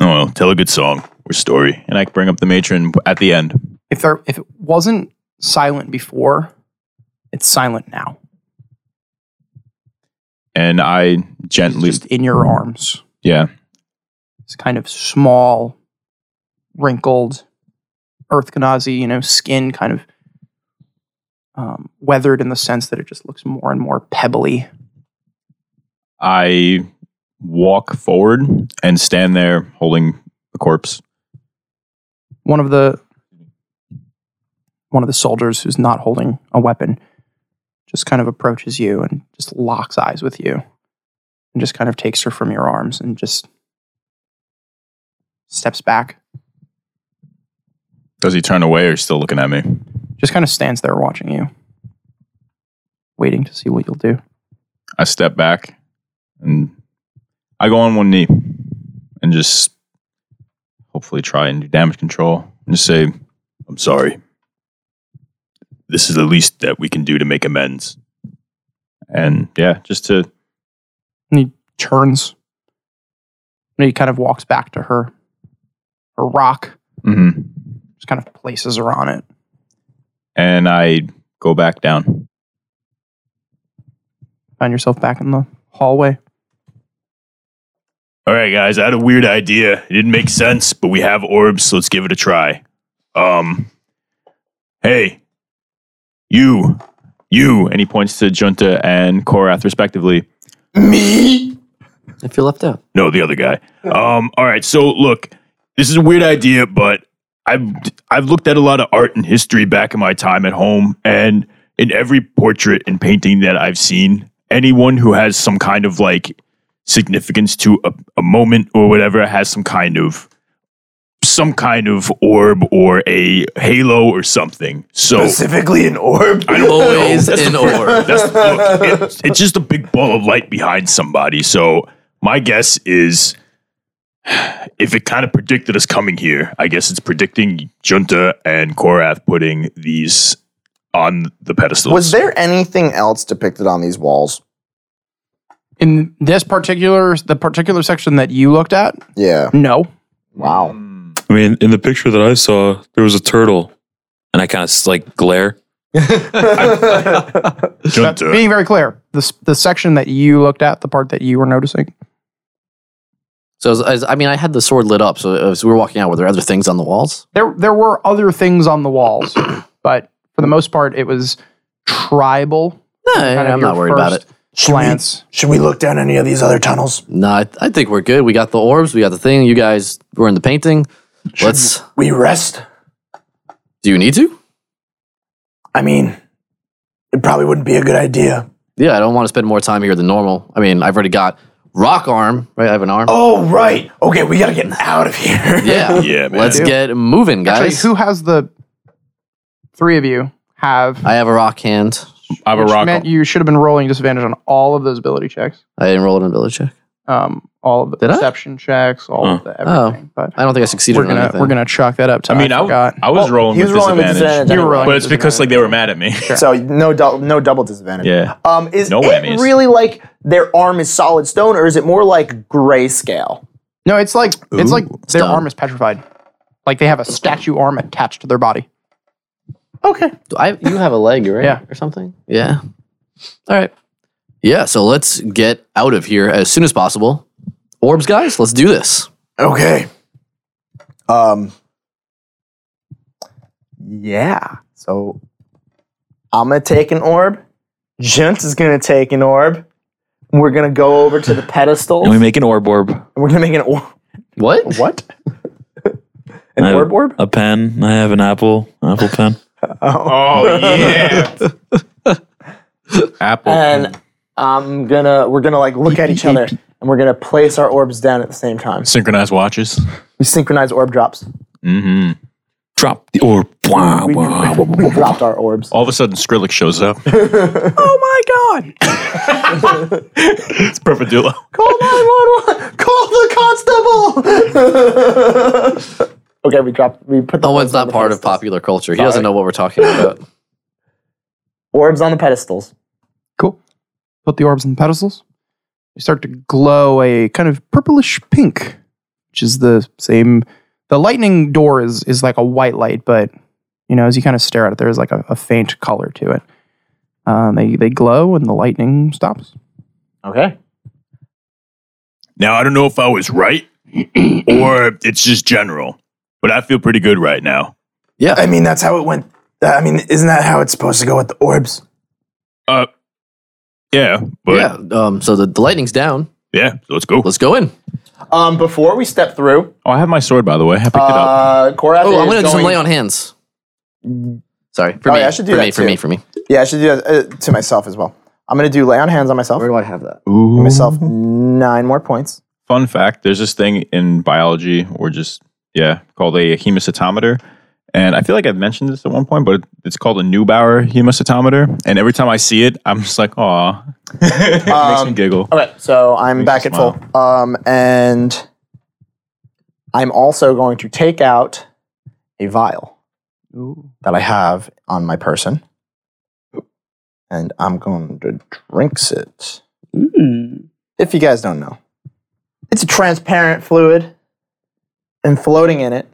oh well, tell a good song or story, and I can bring up the matron at the end. If there if it wasn't silent before, it's silent now. And I gently, Just in your arms. yeah, It's kind of small, wrinkled, Earth Kanazi, you know, skin kind of um, weathered in the sense that it just looks more and more pebbly. I walk forward and stand there holding the corpse. One of the one of the soldiers who's not holding a weapon just kind of approaches you and just locks eyes with you and just kind of takes her from your arms and just steps back. Does he turn away or he's still looking at me? Just kind of stands there watching you, waiting to see what you'll do. I step back and I go on one knee and just hopefully try and do damage control and just say, I'm sorry. This is the least that we can do to make amends. And yeah, just to And he turns. And he kind of walks back to her, her rock, mhm. just kind of places her on it. and I go back down. Find yourself back in the hallway. All right, guys, I had a weird idea. It didn't make sense, but we have orbs, so let's give it a try. Um, hey, you, you, and he points to Junta and Korath respectively. I feel left out. No, the other guy. Um, all right, so look, this is a weird idea, but I've I've looked at a lot of art and history back in my time at home, and in every portrait and painting that I've seen, anyone who has some kind of like significance to a, a moment or whatever has some kind of some kind of orb or a halo or something. So Specifically an orb. Always in orb. that's look, it, it's just a big ball of light behind somebody. So my guess is, if it kind of predicted us coming here, I guess it's predicting Junta and Korath putting these on the pedestals. Was there anything else depicted on these walls? In this particular, the particular section that you looked at, Yeah. no. Wow. Um, I mean, in the picture that I saw, there was a turtle. And I kind of like glare. Junta? Being very clear, the s- the section that you looked at, the part that you were noticing, So as, as, I mean, I had the sword lit up. So as we were walking out, were there other things on the walls? there there were other things on the walls, but for the most part, it was tribal. No, kind of I'm not your worried about it. first Glance. Should we look down any of these other tunnels? No, I, I think we're good. We got the orbs. We got the thing. You guys were in the painting. Let's. We rest. Do you need to? I mean, it probably wouldn't be a good idea. Yeah, I don't want to spend more time here than normal. I mean, I've already got rock arm. Right, I have an arm. Oh right. Okay, we gotta get out of here. Yeah, Yeah, man. Let's get moving, Actually, guys. who has the three of you have? I have a rock hand. I have a which rock. meant you should have been rolling disadvantage on all of those ability checks, I didn't roll it in village check. um, all of the Did I? perception checks, all of the Oh. everything. But I don't think I succeeded we're on gonna anything. we're gonna chalk that up. To I mean, I, w- forgot. I was rolling he with was rolling with disadvantage, disadvantage. You were rolling but with it's because like they were mad at me. So no, dou- no double disadvantage. yeah, Um, is No it whammies. really like their arm is solid stone, or is it more like grayscale? no, it's like it's like their Stone. arm is petrified, like they have a statue arm attached to their body. Okay. Do I, you have a leg, right? Yeah. Or something? Yeah. All right. Yeah, so let's get out of here as soon as possible. Orbs, guys, let's do this. Okay. Um. Yeah. So I'm gonna take an orb. Junt is gonna take an orb. We're gonna go over to the pedestal. And we make an orb orb. We're gonna make an orb. What? What? an I have orb orb? A pen. I have an apple. Apple pen. Oh yeah. Apple. And I'm gonna we're gonna like look at each other and we're gonna place our orbs down at the same time. Synchronized watches. We synchronize orb drops. Mm-hmm. Drop the orb. Wah, We, wah. we dropped our orbs. All of a sudden, Skrillex shows up. Oh my god! it's Perfidula. Call 911! Call the constable! okay, we dropped we put the orbs Owen's on not the Oh, part of pedestals. popular culture. He doesn't Sorry. know what we're talking about. Orbs on the pedestals. Cool. Put the orbs in the pedestals. They start to glow a kind of purplish pink, which is the same. The lightning door is is like a white light, but you know, as you kind of stare at it, there's like a, a faint color to it. Um, they they glow and the lightning stops. Okay. Now, I don't know if I was right or it's just general, but I feel pretty good right now. Yeah. I mean, that's how it went. Uh, I mean, isn't that how it's supposed to go with the orbs? Uh, yeah, but yeah, yeah. Um, so the, the lightning's down. so let's go. Let's go in. Um, before we step through, oh, I have my sword, by the way. I picked it up. uh, Korath Oh, is I'm gonna do some going- lay on hands. Sorry, for Oh, me. yeah, I should do for that me, for too. me, for me. Yeah, I should do that uh, to myself as well. I'm gonna do lay on hands on myself. Where do I have that? Uh, Give myself nine more points. Fun fact: There's this thing in biology, or just yeah, called a hemocytometer. And I feel like I've mentioned this at one point, but it's called a Neubauer hemocytometer. And every time I see it, I'm just like, aw. it makes me giggle. All right, so I'm back you at full. Um, and I'm also going to take out a vial that I have on my person, and I'm going to drinks it. Mm. If you guys don't know, it's a transparent fluid, and floating in it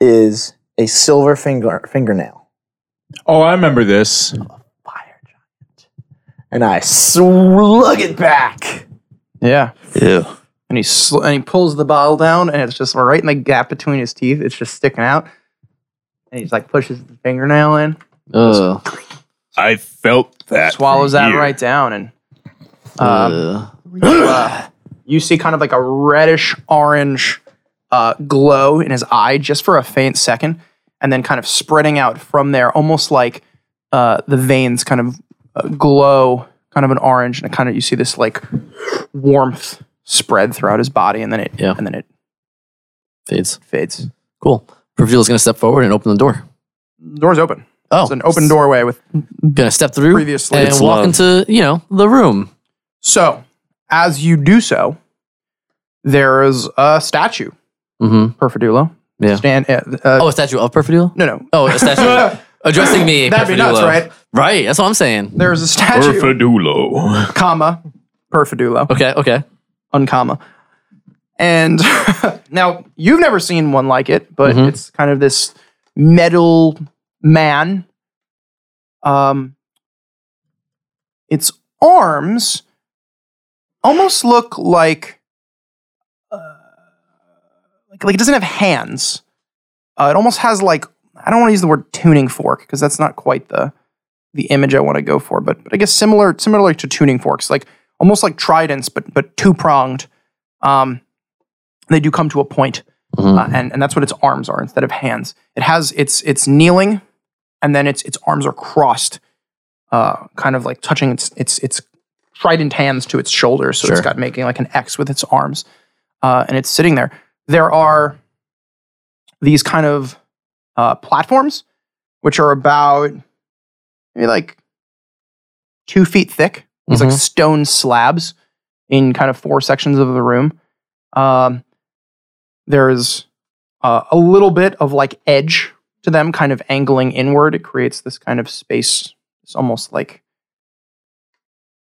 is a silver finger fingernail. Oh, I remember this. Fire giant, and I slug it back. Yeah. Ew. And he sl- and he pulls the bottle down, and it's just right in the gap between his teeth. It's just sticking out. And he's like pushes the fingernail in, Ugh. I felt that. swallows from that here. right down, and um, Ugh. you see kind of like a reddish orange uh, glow in his eye just for a faint second, and then kind of spreading out from there, almost like uh, the veins kind of uh, glow, kind of an orange, and kind of you see this like warmth spread throughout his body, and then it Yeah. and then it fades. fades. Cool. Perfiel's gonna step forward and open the door. Door's open. Oh, It's an open doorway with Gonna step through Previously. and It's walk love. into you know the room. So, as you do so, there is a statue, Mm-hmm. Perfidulo. Yeah. Stand, uh, uh, Oh, a statue of Perfidio. No, no. Oh, a statue addressing me. That'd be nuts, Perfidulo. right? Right. That's what I'm saying. There is a statue, Perfidulo. comma, Perfidulo, Okay. Okay. uncomma. And now, you've never seen one like it, but Mhm. it's kind of this metal man. Um, its arms almost look like uh, like, like it doesn't have hands. Uh, it almost has like I don't want to use the word tuning fork because that's not quite the the image I want to go for, but but I guess similar similar to tuning forks, like almost like tridents, but but two pronged. Um, they do come to a point, Mm-hmm. uh, and and that's what its arms are instead of hands. It has its it's kneeling, and then its its arms are crossed, uh, kind of like touching its its its trident hands to its shoulders, so it's got making like an X with its arms, uh, and it's sitting there. There are these kind of uh, platforms, which are about maybe like two feet thick. These Mm-hmm. Mhm. like stone slabs in kind of four sections of the room. Um, there's uh, a little bit of like edge to them, kind of angling inward. It creates this kind of space. It's almost like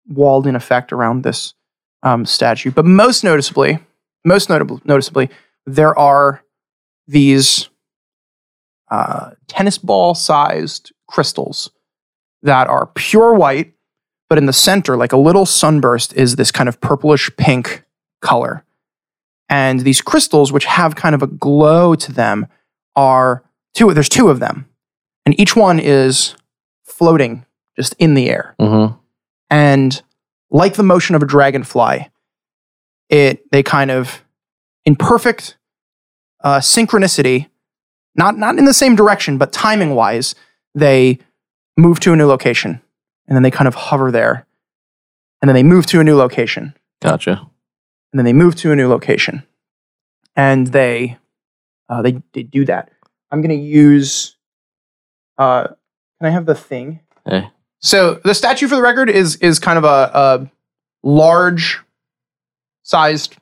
walled in effect around this um, statue. But most noticeably, most notable, noticeably, there are these uh, tennis ball sized crystals that are pure white, but in the center, like a little sunburst, is this kind of purplish pink color. And these crystals, which have kind of a glow to them, are two. There's two of them, and each one is floating just in the air Mm-hmm. and like the motion of a dragonfly, it they kind of in perfect uh, synchronicity, not not in the same direction, but timing wise, they move to a new location, and then they kind of hover there, and then they move to a new location, Gotcha. and then they move to a new location, and they uh, they, they do that. I'm gonna use. Uh, can I have the thing? Hey. So the statue, for the record, is is kind of a, a large sized.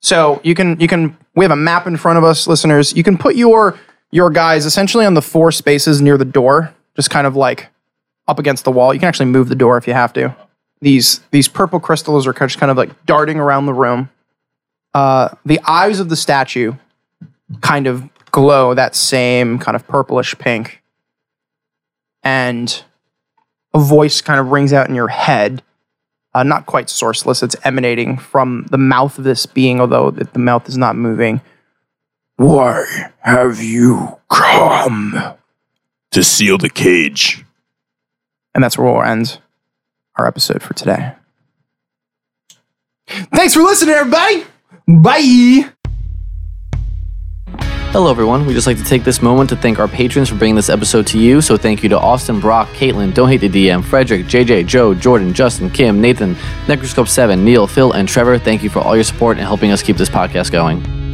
So you can you can we have a map in front of us, listeners. You can put your your guys essentially on the four spaces near the door, just kind of like up against the wall. You can actually move the door if you have to. These these purple crystals are just kind of like darting around the room. Uh, the eyes of the statue kind of glow that same kind of purplish pink. And a voice kind of rings out in your head. Uh, not quite sourceless, it's emanating from the mouth of this being, although the the mouth is not moving. Why have you Come to seal the cage. And that's where we'll end our episode for today. Thanks for listening, everybody. Bye. Hello, everyone. We'd just like to take this moment to thank our patrons for bringing this episode to you. So, thank you to Austin, Brock, Caitlin, Don't Hate the DM, Frederick, JJ, Joe, Jordan, Justin, Kim, Nathan, Necroscope7, Neil, Phil, and Trevor. Thank you for all your support and helping us keep this podcast going.